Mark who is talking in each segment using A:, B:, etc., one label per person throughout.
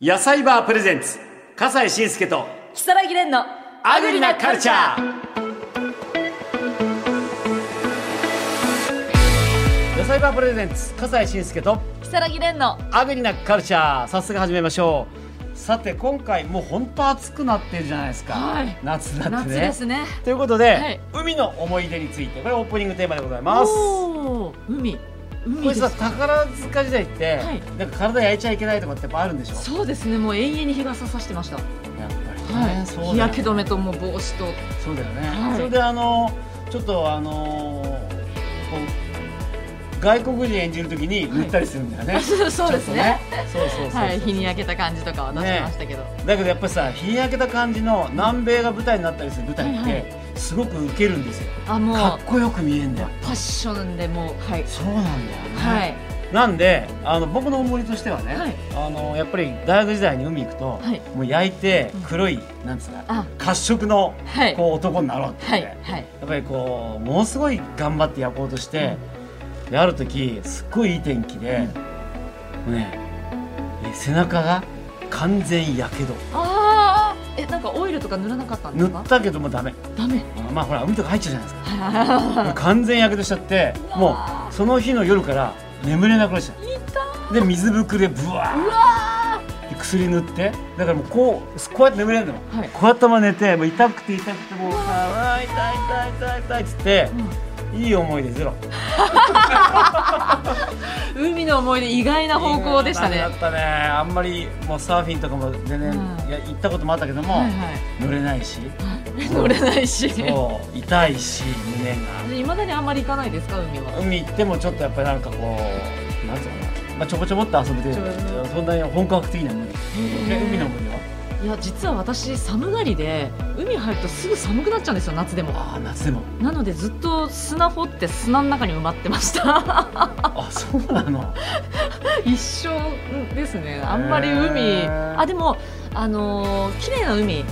A: 野菜バープレゼンツ笠西慎介と
B: 木更木蓮の
A: アグリなカルチャー野菜バープレゼンツ笠西慎介と
B: 木更木蓮の
A: アグリなカルチャー早速始めましょうさて今回もう本当暑くなってるじゃないですか、
B: はい
A: 夏だっ
B: 夏
A: てね
B: ですね
A: ということで、
B: はい
A: 海の思い出についてこれオープニングテーマでございます
B: おお海
A: こ
B: 海
A: れ
B: です
A: さ宝塚時代って、
B: はい
A: なんか体焼いちゃいけないとかってやっぱあるんでしょ
B: そうですねもう永遠に日傘さしてました、
A: やっぱりね、そうだよね
B: 日焼け止めともう帽子と
A: そうだよね、
B: はい
A: それであのちょっとあのこう外国人演じるときに塗ったりするんだよね、
B: はい そう
A: ちょっと
B: ですね
A: そうそうそうそう、
B: はい日に焼けた感じとかは出してましたけど、
A: だけどやっぱりさ日に焼けた感じの南米が舞台になったりする舞台って、
B: はいはい
A: すごくウケるんですよ
B: あもう
A: かっ
B: フ
A: こよく見えるんだよ
B: ァッションでもうはい
A: そうなんだよね、
B: はい
A: なんであの僕の思い出としてはね、
B: はい
A: あのやっぱり大学時代に海行くと、
B: はい
A: もう焼いて
B: うん
A: 黒い、なんつうか
B: あ
A: 褐色の
B: はい
A: こう男になろうって、
B: は
A: 言っ
B: い
A: て
B: はい
A: やっぱりこうものすごい頑張って焼こうとして、である時すっごいいい天気で、もうねえ背中が完全やけど
B: ああえなんかオイルとか塗らなかったんで
A: 塗
B: すか
A: ったけどもダメ
B: ダメ
A: まあほら海とか入っちゃうじゃないです か
B: は
A: もう完全やけどしちゃって
B: う
A: も
B: わ
A: うその日の夜から眠れなくなっちゃ
B: い痛
A: うで水ぶくれぶわ
B: うわ
A: ーって薬塗ってだからもうこうこうやって眠れるの
B: ーはい、
A: こうやったまま寝てもう痛くて痛くてもうあー痛い痛い痛い痛いっつっていい思い出ゼロ
B: うん海の思い出意外な方向でしたね
A: だったねあんまりもうサーフィンとかも全然、
B: うん
A: いや行ったこともあったけども、
B: はいはい
A: 乗れないし
B: 乗れないし
A: そう痛いし胸
B: いまだにあんまり行かないですか海
A: が
B: は
A: 海行ってもちょっとやっぱりなんかこうなんつうのかな、まあ、ちょこちょこっと遊ぶ程
B: ちょ
A: 度
B: こ
A: でそんなに本格的には無理え海の思い出はい
B: や実は私寒がりで海入るとすぐ寒くなっちゃうんですよ夏でも
A: ああ夏でも
B: なのでずっと砂掘って砂の中に埋まってました
A: あそうなの
B: 一生ですねあんまり海、
A: へー
B: あでもあのー綺麗な海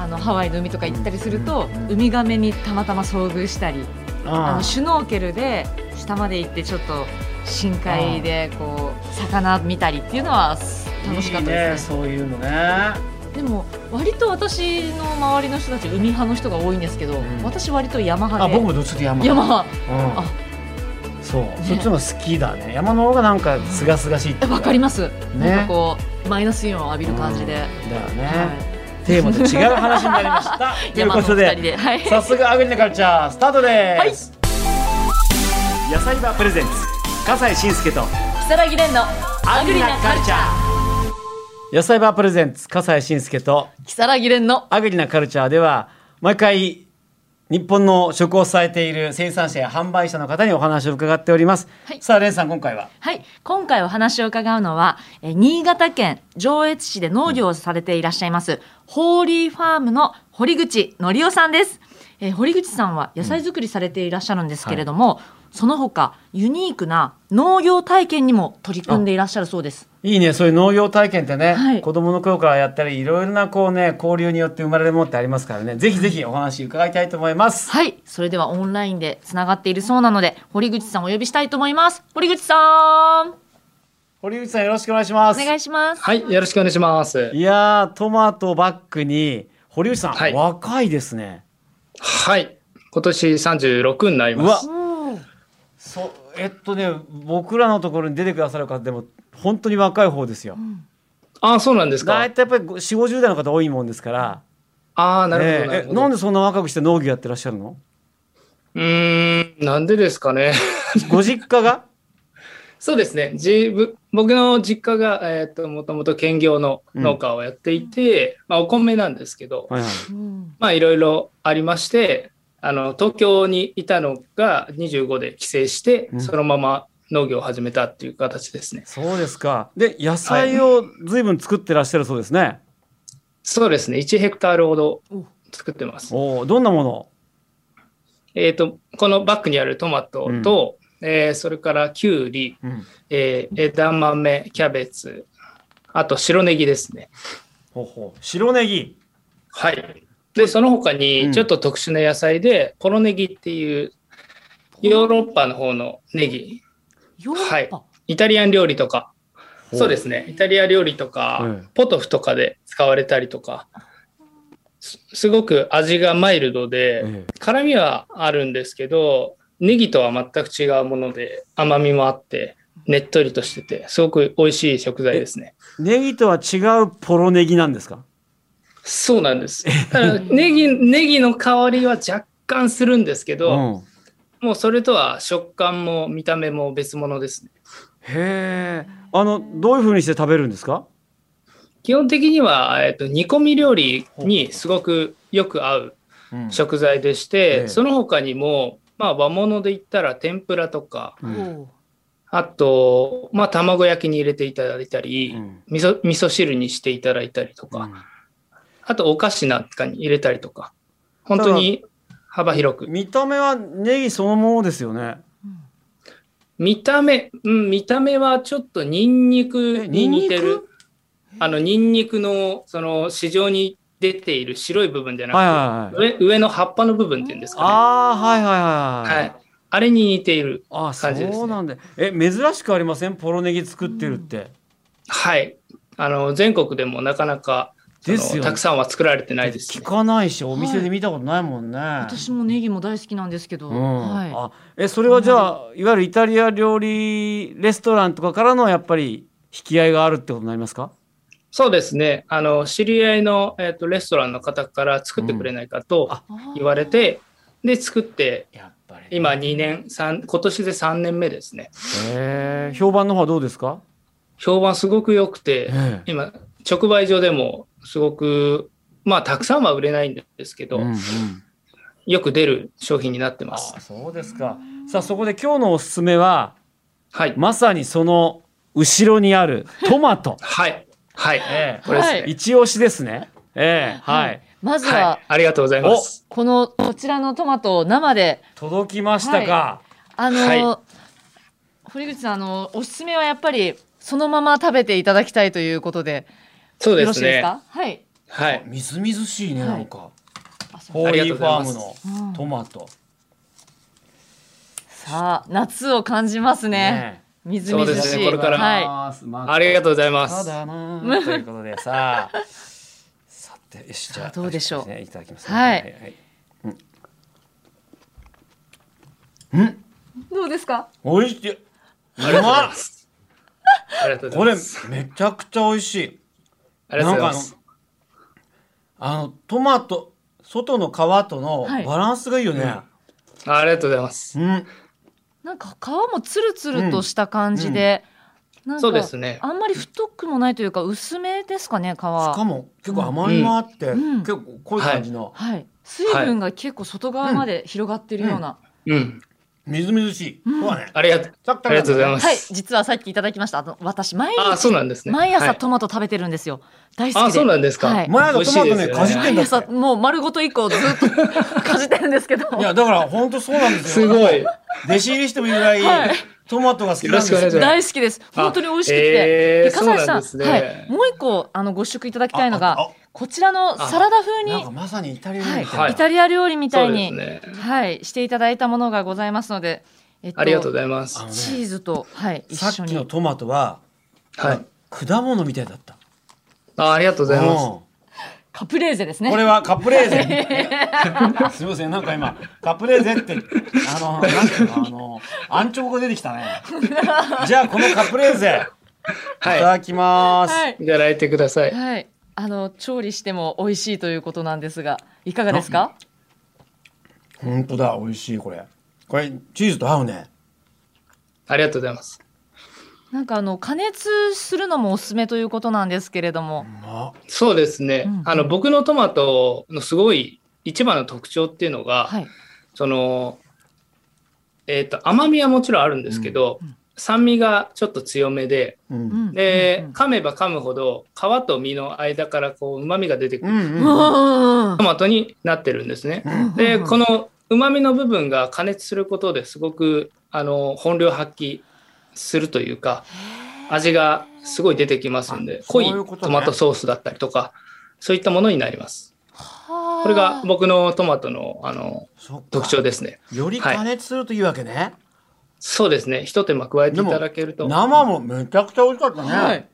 B: あのハワイの海とか行ったりすると、
A: うんうんうん
B: ウミガメにたまたま遭遇したり
A: うんあ
B: あのシュノーケルで下まで行ってちょっと深海でこう魚見たりっていうのは楽しかった
A: いいね
B: ですね
A: そういうのね
B: でも割と私の周りの人たち海派の人が多いんですけど、
A: ん
B: 私割と山
A: あ
B: 派で
A: 僕もどっちょっと山
B: 山派
A: うん
B: あ
A: そう、そっちの方が好きだね山の方がなんかすがすがしいってい
B: え
A: う
B: わかります、
A: ね
B: なんかこうマイナスイオンを浴びる感じで、
A: うんだよね、
B: は
A: テーマと違う話になりました
B: い、
A: という
B: 山の
A: こと
B: お二人
A: で
B: ではい
A: 早速アグリのカルチャースタートです、はい、野菜バープレゼンツ笠西慎介と
B: 如月蓮のアグリなカルチャー
A: 野菜バープレゼンツ笠西慎介と
B: 如月蓮の
A: アグリなカルチャーでは毎回日本の食を支えている生産者や販売者の方にお話を伺っております、
B: はい
A: さあレンさん今回は
B: はい。今回お話を伺うのは、えー新潟県上越市で農業をされていらっしゃいます、ホーリーファームの堀口則夫さんです。えー堀口さんは野菜作りされていらっしゃるんですけれども、その他、ユニークな農業体験にも取り組んでいらっしゃるそうです。
A: いいねそういう農業体験ってね、
B: はい
A: 子供の頃からやったりいろいろなこうね交流によって生まれるものってありますからねぜひぜひお話伺いたいと思います
B: はい。それではオンラインでつながっているそうなので、堀口さんをお呼びしたいと思います。堀口さん、お
A: 堀内さんよろしくお願いします
B: 願いします。
C: はい、よろしくお願いします。
A: いやートマトバッグに堀内さん、
C: はい
A: 若いですね
C: はい。今年36になり
A: う
C: ま
A: わ
C: す。
A: そえっとね僕らのところに出てくださる方でも本当に若い方ですよ
C: ああ、そうなんですか
A: 大。体やっぱり4 5 0代の方多いもんですから
C: ああ、なるほど、
A: ね
C: な
A: え
C: る
A: え
C: ほど。
A: なんでそんな若くして農業やってらっしゃるの
C: うーん、なんでですかね。
A: ご実家が
C: そうですね。じぶ僕の実家が、えっ、と、もともと兼業の農家をやっていて、まあ、お米なんですけど、
A: はいはい
B: うん
C: まあ、いろいろありまして、あの、東京にいたのが25で帰省して
A: う、ん
C: そのまま農業を始めたっていう形ですね。
A: そうですかで野菜を随分作ってらっしゃるそうですね、
C: そうですね。1ヘクタールほど
B: お
C: 作ってます。
A: おおどんなもの
C: えー、とこのバッグにあるトマトと、えーそれからきゅうり、
A: うん
C: えー枝豆キャベツあと白ネギですね
A: ほうほう白ネギ
C: はいでその他
A: うん
C: にちょっと特殊な野菜で、ポロネギっていうヨーロッパの方のネギ
B: ヨーロッパ、
C: イタリアン料理とかそうですね。イタリア料理とか、
A: うん
C: ポトフとかで使われたりとか、すすごく味がマイルドで、
A: え
C: 辛みはあるんですけど、ネギとは全く違うもので、甘みもあって、ねっとりとしてて、すごく美味しい食材ですね。
A: えネギとは違うポロネギなんですか
C: そうなんです。ただネギ、ネギの香りは若干するんですけど、
A: ん、
C: もうそれとは食感も見た目も別物ですね。
A: へえあのどういうふうにして食べるんですか
C: 基本的には、えっと、煮込み料理にすごくよく合う食材でして、
A: ええ
C: その他にも、まあ、和物で言ったら天ぷらとか、
A: うん
B: おう
C: あと、まあ、卵焼きに入れていただいたり、
A: うん
C: 味噌味噌汁にしていただいたりとか、あとお菓子なんかに入れたりとか、本当に幅広く。
A: 見た目はネギそのものですよね
C: 見た目、うん、見た目はちょっとニンニクに似て
A: えニンニ
C: る。あの、ニンニクの、その、市場に出ている白い部分じゃ
A: はい
C: な
A: はい
C: くて、
A: はい
C: 上上の葉っぱの部分っていうんですか
A: ああはいはい
C: ね。
A: はいは
C: はいい。あれに似ている。
A: あそ
C: 感じですね
A: うなんだ、え珍しくありませんポロネギ作ってるって、
C: はい。あの、全国でもなかなか、その
A: ですよね
C: たくさんは作られてないです
A: 聞
C: ね。
A: かないしお店で見たことないもんね、
B: 私もネギも大好きなんですけど、
A: うん
B: はい、
A: あえそれはじゃあいわゆるイタリア料理レストランとかからのやっぱり引き合いがあるってことになりますか
C: そうですね。あの、知り合いの、えっと、レストランの方から作ってくれないかと
A: うんあ
C: 言われて、で、作って、
A: やっぱり
C: 今2年、三今年で3年目ですね。
A: えー評判の方はどうですか、
C: 評判すごく良くて、
A: ええ
C: 今、直売所でもすごく、まあ、たくさんは売れないんですけど、
A: うんうん
C: よく出る商品になってま
A: あ
C: す。
A: そうですかさあそこで今日のおすすめは
C: はい。
A: まさにその後ろにあるトマト
C: はい。はい。
A: ええ
C: これですね。
B: は
A: 一押しですねええはい、
B: まず
C: は。
B: はい
C: ありがとうございます。
B: このこちらのトマトを生で
A: 届きましたか、
B: あの、
C: は
B: 堀口さんあのおすすめはやっぱりそのまま食べていただきたいということで
C: そう
B: よ
C: で
B: ろし
C: す
B: いです
C: ね。
B: かはい
C: はい。
A: みずみずしいね
B: はい
A: なんか、
B: あそう
A: ホーリーファー
C: ありが
A: ムの
C: とうご
B: ざいます
A: トマト、
B: さあ夏を感じますねみずみず
C: そ
B: し
C: うです
B: い、
C: ねこれから
B: は
A: ま
C: ありがとうございま
A: そう
C: す。
A: だなあということで さあさてよしじゃあ
B: どうでしょう
A: ねいただきます、
B: はい
A: いうんうん
B: い、どうですか
A: 美味しい。う
C: ありがとうござい
A: ま
C: ま
A: っ
C: す。ありがとうご
A: こ
C: ざ
A: れ
C: います。
A: めちゃくちゃ美味しい。
C: ありがとうございま
A: な
C: す。
A: あのトマト外の皮との
B: はい
A: バランスがいいよね。
C: あありがとうございます。
A: うん。
B: なんか皮もつるつるとした感じで、なんか
C: そうですね。
B: あんまり太くもないというか薄めですかね皮
A: しかも結構甘みもあって、
B: うん
A: 結構濃い感じの、
B: はい水分が結構外側まで広がってるような、
C: うん。
A: みずみずしい。
B: うん
A: そうだね。
C: ありがとう。
A: さっき
C: ありがとうございま
B: はい
C: す。
B: 実はさっきいただきましたあの私毎
C: ああ、
B: 日
C: そうなんですね。
B: 毎
C: は
B: 朝
C: い
B: トマト食べてるんですよ、大好きで
C: ああ、そうなんですか。
B: はい
A: 前
C: 美
A: だ
C: 味
A: ト
C: し
A: マ
C: い
A: ト
C: です
A: ね
C: よ
A: かじってん
B: 毎
A: だって
B: 朝。もう丸ごと一個ずっと かじってるんですけど
A: いやだから本当そうなんです
C: す
A: よ。
C: ご い。よ
A: 弟子入りしてもいいぐらい、
B: はい
A: トマトが好きなん
C: ろ
A: で
C: し
A: す
C: くお願いします。
B: 大好きです本当に美味しくて、
C: え
B: で
C: ー
B: 笠井
C: そうな
B: さ
C: ん
B: ん
C: ですね
B: はい、もう一個あのご試食いただきたいの
A: あ
B: が
A: あ
B: こちらのサラダ風に、
A: なんかまさにイタリア料理みたいな
B: は、
C: はいい
B: イタリア料理みたいに、
C: そうですね。
B: はい、していただいたものがございますので、えっ
C: ありがとうございます。
A: あのね
B: チーズと、はい、一
A: さ
B: 緒
A: っきの
B: に。
A: トマトは
C: はい。
A: 果物みたいだった。
C: あありがとうございます。
B: カプレーゼです
A: うん
B: ね。
A: これはカプレーゼ。 すみません、なんか今、カプレーゼって、あの、なんていうの、あの、アンチョコが出てきたね。じゃあ、このカプレーゼ、いた
C: は
A: だきます。
B: はい、
C: い。いただいてください。
B: はい、あの調理しても美味しいということなんですが、いかがですか？
A: 本当だ、美味しい、これ。これ、チーズと合うね。
C: ありがとうございます。
B: なんかあの加熱するのもおすすめということなんですけれども
A: う、まっ
C: そうですね。
B: うん
C: あの、僕のトマトのすごい一番の特徴っていうのが、
B: はい、
C: その、えっ、と、甘みはもちろんあるんですけど、
B: うんうん
C: 酸味がちょっと強めで、
A: う。
B: うんん
C: で、
B: うん
C: 噛めば噛むほど、皮と身の間からこう、旨味が出て
A: う
C: くる、
A: ん。うん。
B: うんうん
C: トマトになってるんですね。
A: うん
C: で、こ
B: の
C: の旨味の部分が加熱することですごくあの本領発揮するというか、味がすごい出てきますんで、
A: あそ
C: 濃
A: う
C: い
A: いうことね
C: トマトソースだったりとか、そういったものになります。
B: こ
C: これが僕のトマトのあの
A: そっか
C: 特徴ですね。
A: より加熱するといいわけね。
C: そうですね。一手間加えていただけると。あ
A: 生もめちゃくちゃ美味しかったね。
B: はい。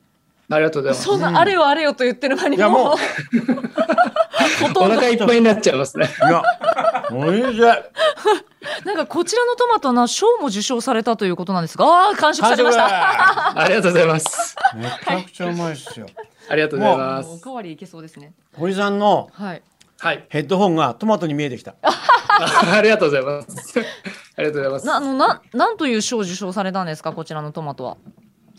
C: りがとうございます。
B: そん
A: うん
B: な、あれよあれよと言ってる間に
A: いやも
B: も
A: う
B: う、ほ
C: お
B: とんど。
C: 腹いっぱいになっちゃいますね。
A: いや、美 味しい。
B: なんかこちらのトマトな賞も受賞されたということなんですが、あー完食されました。
A: 完
C: ありがとうございます。
A: 食めちゃくちゃうまいっすよ。
C: ありがとうございま
B: もうお
C: す。
B: かわりいけそうですね。
A: 堀さんの
B: はい。
C: はい。
A: ヘッドホンがトマトに見えてきた。
C: あありがとうございます。 ありがとうござ
B: な、
C: いま
B: あ
C: す。
B: の、な、なんという賞を受賞されたんですか、こちらのトマトは。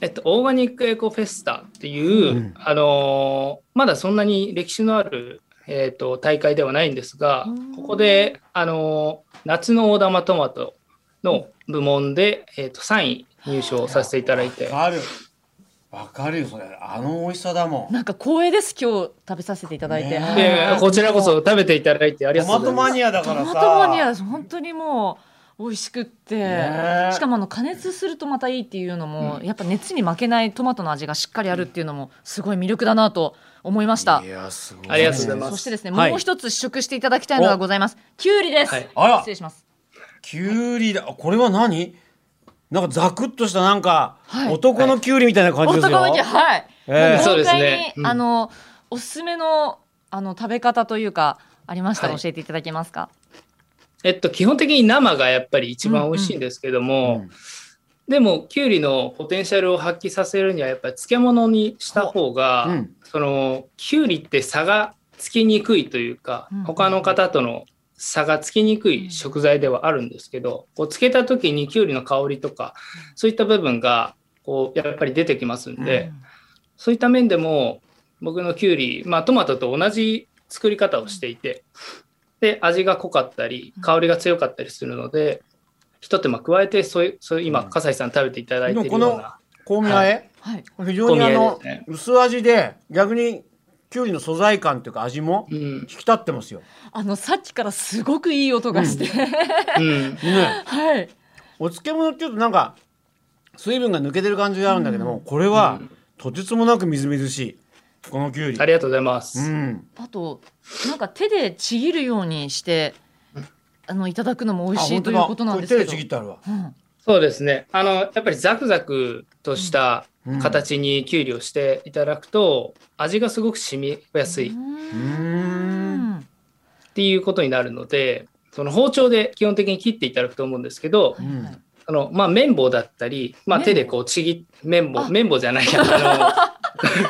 C: えっと、オーガニックエコフェスタっていう、
A: うん
C: あのーまだそんなに歴史のある、えっと大会ではないんですが
B: うん、
C: ここで、あのー夏の大玉トマトの部門で、えっと3位入賞させていただいて、
A: わかる。わかるよ、それ。あの美味しさだもん。
B: なんか光栄です、今日食べさせていただいて。
A: ね
B: は
A: え
B: い
C: いやいやこちらこそ食べていただいてありが
A: ト
C: と
A: マト
C: うございま
A: マ
C: す。
A: ニアだ
B: ト
A: から
B: マ
A: さ。
B: トマニアです。本当にもう、美味しくって、
A: ねえ
B: しかもあの加熱するとまたいいっていうのも、やっぱ熱に負けないトマトの味がしっかりあるっていうのもすごい魅力だなと思いました
A: いや、すごい。
C: ありがとうございます
B: そしてですね、
A: はい
B: もう一つ試食していただきたいのがございますきゅうりです、
C: はい
A: あら
B: 失礼します
A: きゅうりだ。あこれは何なんかザクッとしたなんか、
B: はい
A: 男のきゅうりみたいな感じですよ。
B: 男向けはい、
A: ええ
C: そう
B: 豪
C: です
B: 快に、
C: ねうん
B: あのおすすめのあの食べ方というかありましたら
C: はい
B: 教えていただけますか、
C: えっと、基本的に生がやっぱり一番美味しいんですけど
A: う
C: も、
A: ん
C: でもきゅうりのポテンシャルを発揮させるにはやっぱり漬物にした方が、
A: うん
C: そのきゅうりって差がつきにくいというか、
B: うん
C: 他の方との差がつきにくい食材ではあるんですけど、こう漬けた時にきゅうりの香りとかそういった部分がこうやっぱり出てきますんで、そういった面でも僕のきゅうり、まあ、トマトと同じ作り方をしていてで味が濃かったり香りが強かったりするので、ひと手間加えてそういうそういう今笠井さん食べていただいているよう
A: でもこ
C: な
A: 香味和え
B: はい
A: これ非常にあの
C: 香味和えですね
A: 薄味で逆にきゅうりの素材感というか味も
C: う
A: 引
C: ん
A: き立ってますよ。
B: あのさっきからすごくいい音がして、
C: うん
A: ね、
B: はい
A: お漬物っていうとなんか水分が抜けてる感じがあるんだけども、これはとてつもなくみずみずしいこのきゅうり
C: あ。りがとうございます。
A: うん、
B: あとなんか手でちぎるようにしてあのいただくのも美味しいということなんですけ
A: れ手
B: ど
A: でちぎってあるわ。
B: うん
C: そうですね。あの、やっぱりザクザクとした
A: うん
C: 形にきゅうりをしていただくと、味がすごく染みやすいっ
A: うーん。
C: ていうことになるので、その包丁で基本的に切っていただくと思うんですけど、
A: うん
B: はい
C: あの、まあ、綿棒だったり、まあ、
B: 綿棒
C: 手でこうちぎ、綿棒、
B: あ
C: 綿棒じゃないや、あ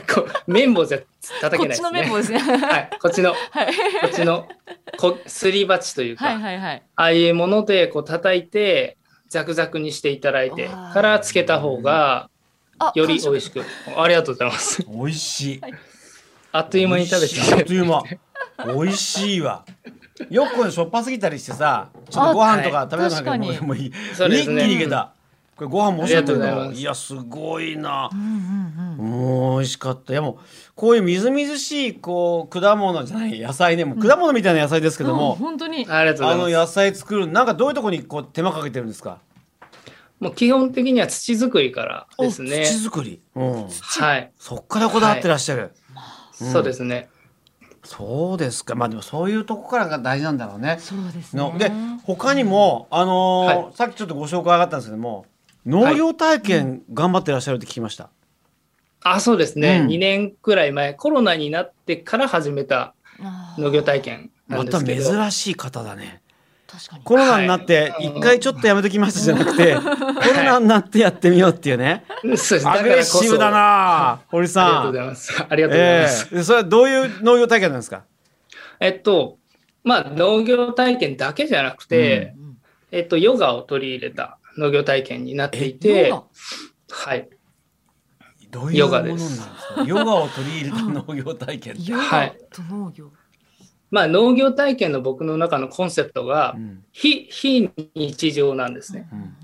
C: の、こ う綿棒じゃ叩
B: こっ
C: けないで
B: ち
C: す
B: の
C: ね。
B: 綿棒ですね。
C: はい、こっちの、こ
B: はい
C: っちの、こすり鉢というか、
B: はいはいはい。
C: ああいうものでこう叩いてザクザクにしていただいて
B: あー
C: からつけた方が
B: あ
C: よ
B: 完
C: り
B: 食
C: 美味しくありがとうございます
A: 美味しい。
C: あっという間に食べてい
A: あ
C: た
A: っ
C: だ
A: と
C: き
A: いう間。美味しいわ。よくこれしょっぱすぎたりしてさ、ちょっとご飯とか食べたくな
B: あ
A: い
B: はい
A: もうもういい。
C: そうで
A: 一
C: す
A: 気
C: ね
A: にいけた。これご飯も美味しかったけ
C: ありがとうござい
A: ど、
C: ます
A: いやすごいな
B: う。んうんうん。
A: もう美味しかった。いやもうこういうみずみずしいこう果物じゃない野菜でもう果物みたいな野菜ですけど
B: うん
A: も、
B: 本当に。
C: ありがとう
A: あ
C: ご
A: の
C: ざいます
A: 野菜作るなんかどういうとこにこう手間かけてるんですか。
C: もう基本的には土作りからですね
A: お土作り。うん。
C: はい、
A: そっからこだわってらっしゃる。
C: そうですね
A: そうですか。まあでもそういうとこからが大事なんだろうね。
B: そうです
A: の
B: ね。
A: で他にも、あのー
C: は
A: さっきちょっとご紹介上がったんですけども農業体験頑張ってらっしゃるって聞きました、
C: あそうですね、
A: うん
C: 2年くらい前コロナになってから始めた
B: あー
C: 農業体験なん
A: ま
C: で
A: た
C: すけど、
A: 珍しい方だね
B: 確かに。
A: コロナになって
C: はい
A: 一回ちょっとやめときましたじゃなくて、コロナになってやってみようっていうね、
C: そうです
A: アグレッシブだ
C: あ
A: な堀
C: りがと
A: さ
C: うご
A: ん
C: ざいます ありがとうござい
A: え
C: ます、
A: えそれはどういう農業体験なんですか
C: えっとまあ農業体験だけじゃなくて、
B: うん
C: えっと、ヨガを取り入れた農業体験になってい
B: ヨ
C: て
B: ガ、
C: はい、
A: どういう
C: ヨ
A: もの
C: ガ
A: なん
C: で
A: ですすかヨガを取り入れた農業体験って
B: ヨ
C: は
B: ガ
C: い
B: と農業。
C: まあ、農業体験の僕の中のコンセプトが
A: うん
C: 非非日常なんですね。
A: うん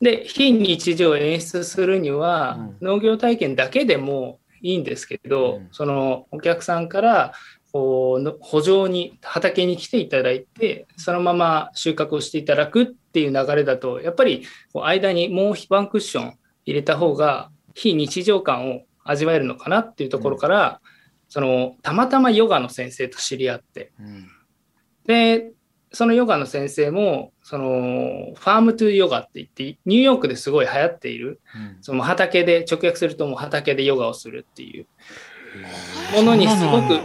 C: で非日常を演出するには
A: うん
C: 農業体験だけでもいいんですけど、
A: うん
C: そのお客さんからこうの補助に畑に来ていただいてそのまま収穫をしていただくっていう流れだとやっぱりこう間にもうワンクッション入れた方が非日常感を味わえるのかなっていうところから、そのたまたまヨガの先生と知り合って
A: うん
C: でそのヨガの先生も、その、ファームトゥーヨガって言って、ニューヨークですごい流行っている、その畑で、直訳するともう畑でヨガをするっていうものにすごく、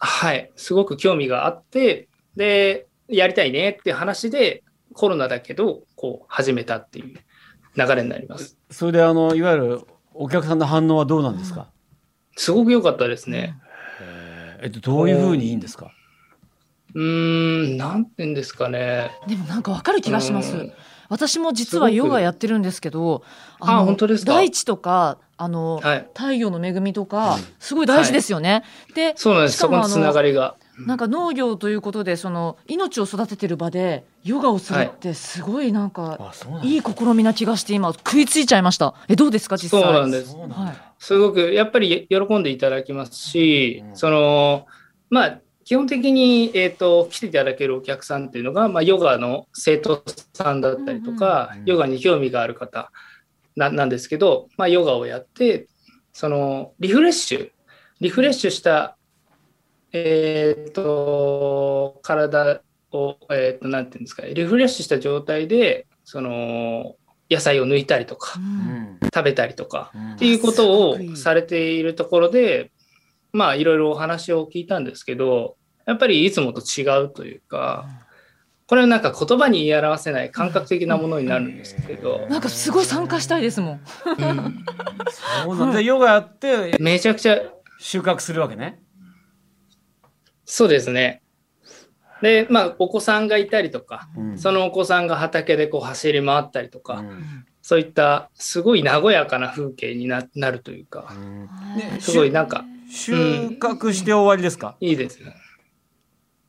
C: はい、すごく興味があって、で、やりたいねって話で、コロナだけど、こう、始めたっていう流れになります。
A: それであのいわゆるお客さんの反応はどうなんですか、
C: すごく良かったですね。
A: えっと、どういうふうにいいんですか
C: うーん、なんて言うんですかね。
B: でもなんかわかる気がしま
C: う
B: す
C: ん。
B: 私も実は
C: すご
B: ヨ
C: く
B: ガやってるんですけど、
C: あ本当ですか
B: 大地とか、あの、
C: はい。
B: 太陽の恵みとか、
A: うん
B: すごい大事ですよね。で、
C: そうなんです。
B: しか
C: そ
B: も
C: このつながりが。
B: なんか農業ということで、その命を育ててる場でヨガをするってすごいなんか、
A: あそうなん
B: いい試みな気がして今食いついちゃいました。え、どうですか実際。
C: そうなん
A: で
C: ですす
A: そうなんだ、
B: はい。
C: すごく、やっぱり喜んでいただきますし、
A: うん
C: その、まあ、基本的に、えっ、と、来ていただけるお客さんっていうのが、まあ、ヨガの生徒さんだったりとか、
A: うんうん
C: ヨガに興味がある方ななんですけど、まあ、ヨガをやって、その、リフレッシュ、リフレッシュした、えっ、と、体を、えっ、と、なんていうんですかね、リフレッシュした状態で、その、野菜を抜いたりとか
B: う、
A: うんん
C: 食べたりとか、
A: うん
C: っていうこと
B: すごくいい
C: をされているところで、まあいろいろお話を聞いたんですけど、やっぱりいつもと違うというか、これはなんか言葉に言い表せない感覚的なものになるんですけど、
B: なんかすごい参加したいですもん。
C: うん
A: そうなんだでヨガやって
C: めちゃくちゃ、
A: 収穫するわけね
C: そうですね。で、まあお子さんがいたりとか、
A: うん
C: そのお子さんが畑でこう走り回ったりとか、
A: うん
C: そういったすごい和やかな風景にななるというか、
A: ね
C: すごいなんか、
A: 収穫して終わりですか、
C: いいですね。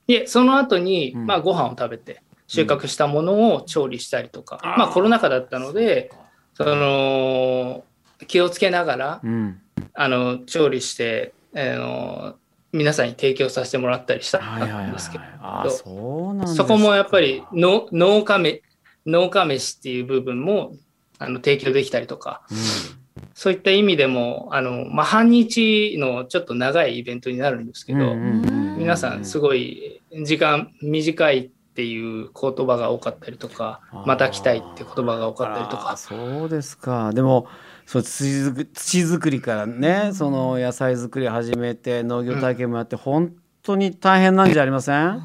C: いえ、その後に、
A: うん
C: まあ、ご飯を食べて、収穫したものを調理したりとか、
A: うん
C: まあ、コロナ禍だったので、その、気をつけながら、
A: うん
C: あの、調理して、あの、皆さんに提供させてもらったりした
A: はいはいはい
C: ん
A: はい
C: ですけど、
A: あーそうなんです
C: そこもやっぱり、の農家め、農家飯っていう部分も、あの、提供できたりとか、そういった意味でも、あの、まあ、半日のちょっと長いイベントになるんですけど、皆さんす
A: ごい
C: ごい時間短いっていう言葉が多かったりとか
A: あー
C: また来たいって言葉が多かったりと
A: あー
C: か
A: そうですかでもそう土づく土作りからねその野菜作り始めて農業体験もやって、本当に大変なんじゃありません、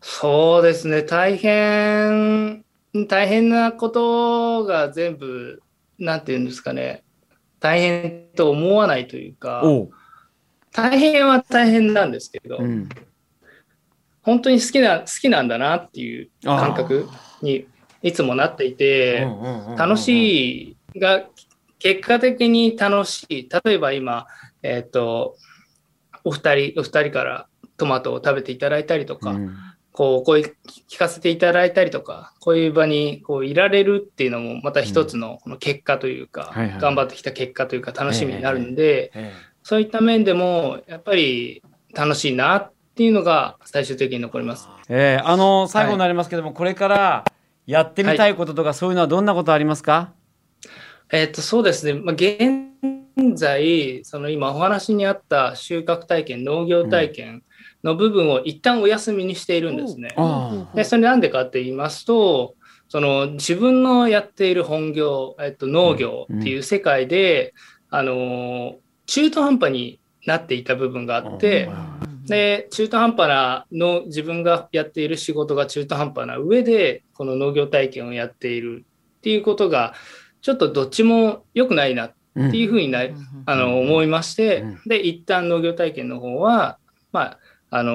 C: そうですね大変大変なことが全部なんていうんですかね大変と思わないというか
A: おう、
C: 大変は大変なんですけど、
A: うん、
C: 本当に好きな好きなんだなっていう感覚にいつもなっていて。楽
A: い、
C: しいが結果的に楽しい例えば今、えっとお二人お二人からトマトを食べていただいたりとか、
A: うん
C: こうこういう聞かせていただいたりとかこういう場にこういられるっていうのもまた一つのこの結果というか、
A: はいはい
C: 頑張ってきた結果というか楽しみになるんで、
A: え
C: そういった面でもやっぱり楽しいなっていうのが最終的に残ります。
A: えええあの最後になりますけども、これからやってみたいこととか、そういうのはどんなことありますか、
C: えっと、そうですね。まあ、現在、その今お話にあった収穫体験、農業体験の部分を一旦お休みにしているんですね。
A: おう
C: で、それなんでかって言いますと、その自分のやっている本業、えっと、農業っていう世界で、あのー、中途半端になっていた部分があって、
A: うん
C: で中途半端なの自分がやっている仕事が中途半端な上でこの農業体験をやっているっていうことがちょっとどっちも良くないなっていうふうにな、あの思いまして、
A: うん
C: で一旦農業体験の方はまああの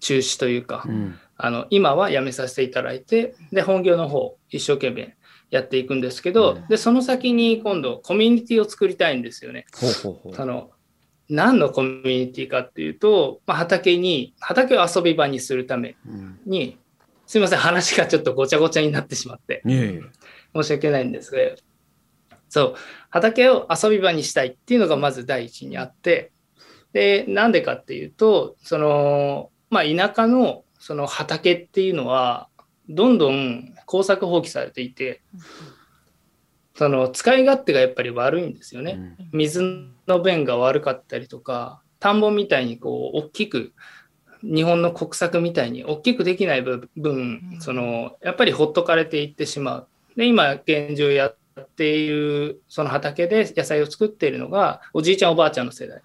C: 中止というか、
A: うん
C: あの今はやめさせていただいてで本業の方一生懸命やっていくんですけど、
A: うん
C: でその先に今度コミュニティを作りたいんですよね。
A: ほうほうほう
C: あの何のコミュニティかっていうと、まあ、畑に畑を遊び場にするため
A: うん
C: にすいません話がちょっとごちゃごちゃになってしまって
A: いえいえ
C: 申し訳ないんですがそう畑を遊び場にしたいっていうのがまず第一にあってでなんでかっていうとその、まあ、田舎のその畑っていうのはどんどん耕作放棄されていてその使い勝手がやっぱり悪いんですよね。
A: うん
C: 水の便が悪かったりとか田んぼみたいにこう大きく日本の国策みたいに大きくできない部分、
B: うん
C: そのやっぱりほっとかれていってしまう。で今現状やっているその畑で野菜を作っているのがおじいちゃんおばあちゃんの世代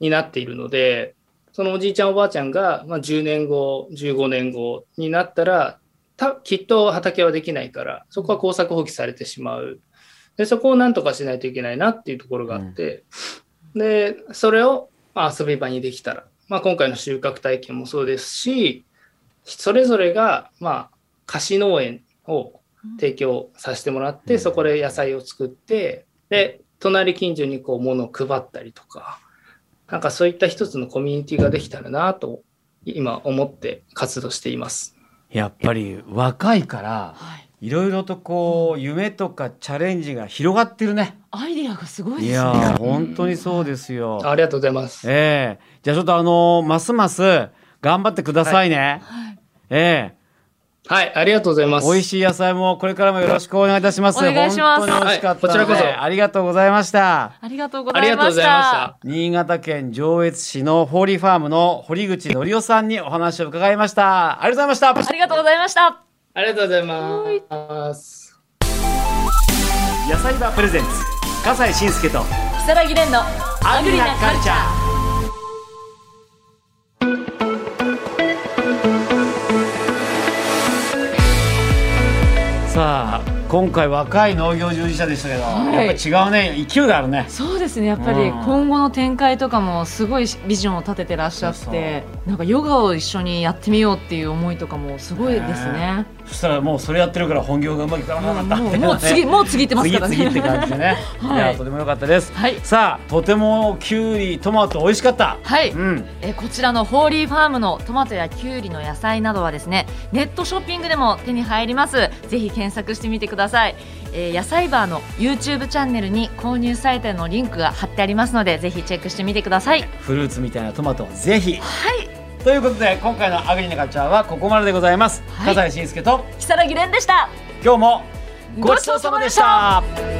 C: になっているのでそのおじいちゃんおばあちゃんが、まあ、10年後15年後になったらたきっと畑はできないからそこは耕作放棄されてしまうでそこをなんとかしないといけないなっていうところがあって、でそれをまあ遊び場にできたら、まあ、今回の収穫体験もそうですしそれぞれがまあ貸し農園を提供させてもらって、
A: うん
C: そこで野菜を作ってで隣近所にこう物を配ったりとかなんかそういった一つのコミュニティができたらなと今思って活動しています。
A: やっぱり若いから
B: はい
A: いろいろとこう夢とかチャレンジが広がってるね。
B: アイディアがすごい
A: い
B: です
A: や
B: ね
A: ー本当にそうですよ。
C: ありがとうございます。
A: ええじゃあちょっとあのーますます頑張ってくださいね。
B: はい
A: え
C: はい、ありがとうござい
A: え
C: ます。
A: 美味しい野菜もこれからもよろしくお願いいたします。
B: お願いします
A: 本当に美味しかったので、
C: はいこちらこそ
A: ありがとうございました。
B: ありがとうご
C: あ
B: ざ
C: り
B: い
C: がとう
B: ま
C: ご
B: し
C: ざいましたた。
A: 新潟県上越市のホーリーファームの堀口則夫さんにお話を伺いました。ありがとうございました
B: あ。りがとうございました
C: ありがとうございます。
A: 野菜場プレゼンツ笠西慎介と
B: 如月蓮のアグリなカルチャー
A: さあ今回若い農業従事者でしたけど、
B: はい
A: やっぱ違うね勢いがあるね
B: そうですねやっぱり
A: うん
B: 今後の展開とかもすごいビジョンを立ててらっしゃって
A: そうそ
B: なんかヨガを一緒にやってみようっていう思いとかもすごいですね
A: そしたらもうそれやってるから本業がうまくいかなかった
B: も
A: みた
B: う
A: い
B: も
A: な
B: う次もう次行ってますからね
A: 次々って感じでね、
B: はい
A: い、やとても良かったです、
B: はい
A: さあとてもきゅうりトマト美味しかった
B: はい、
A: うん
B: えーこちらのホーリーファームのトマトやキュウリの野菜などはですねネットショッピングでも手に入りますぜひ検索してみてください、えー野菜バーの YouTube チャンネルに購入サイトへのリンクが貼ってありますのでぜひチェックしてみてください
A: フルーツみたいなトマトをぜひ
B: はい
A: ということで今回の「アグリナカルチャー」はここまででございます、
B: はい
A: 笠西慎介と
B: 如月蓮でした
A: 今日も
B: ごちそうさまでした
A: ごちそうさまでした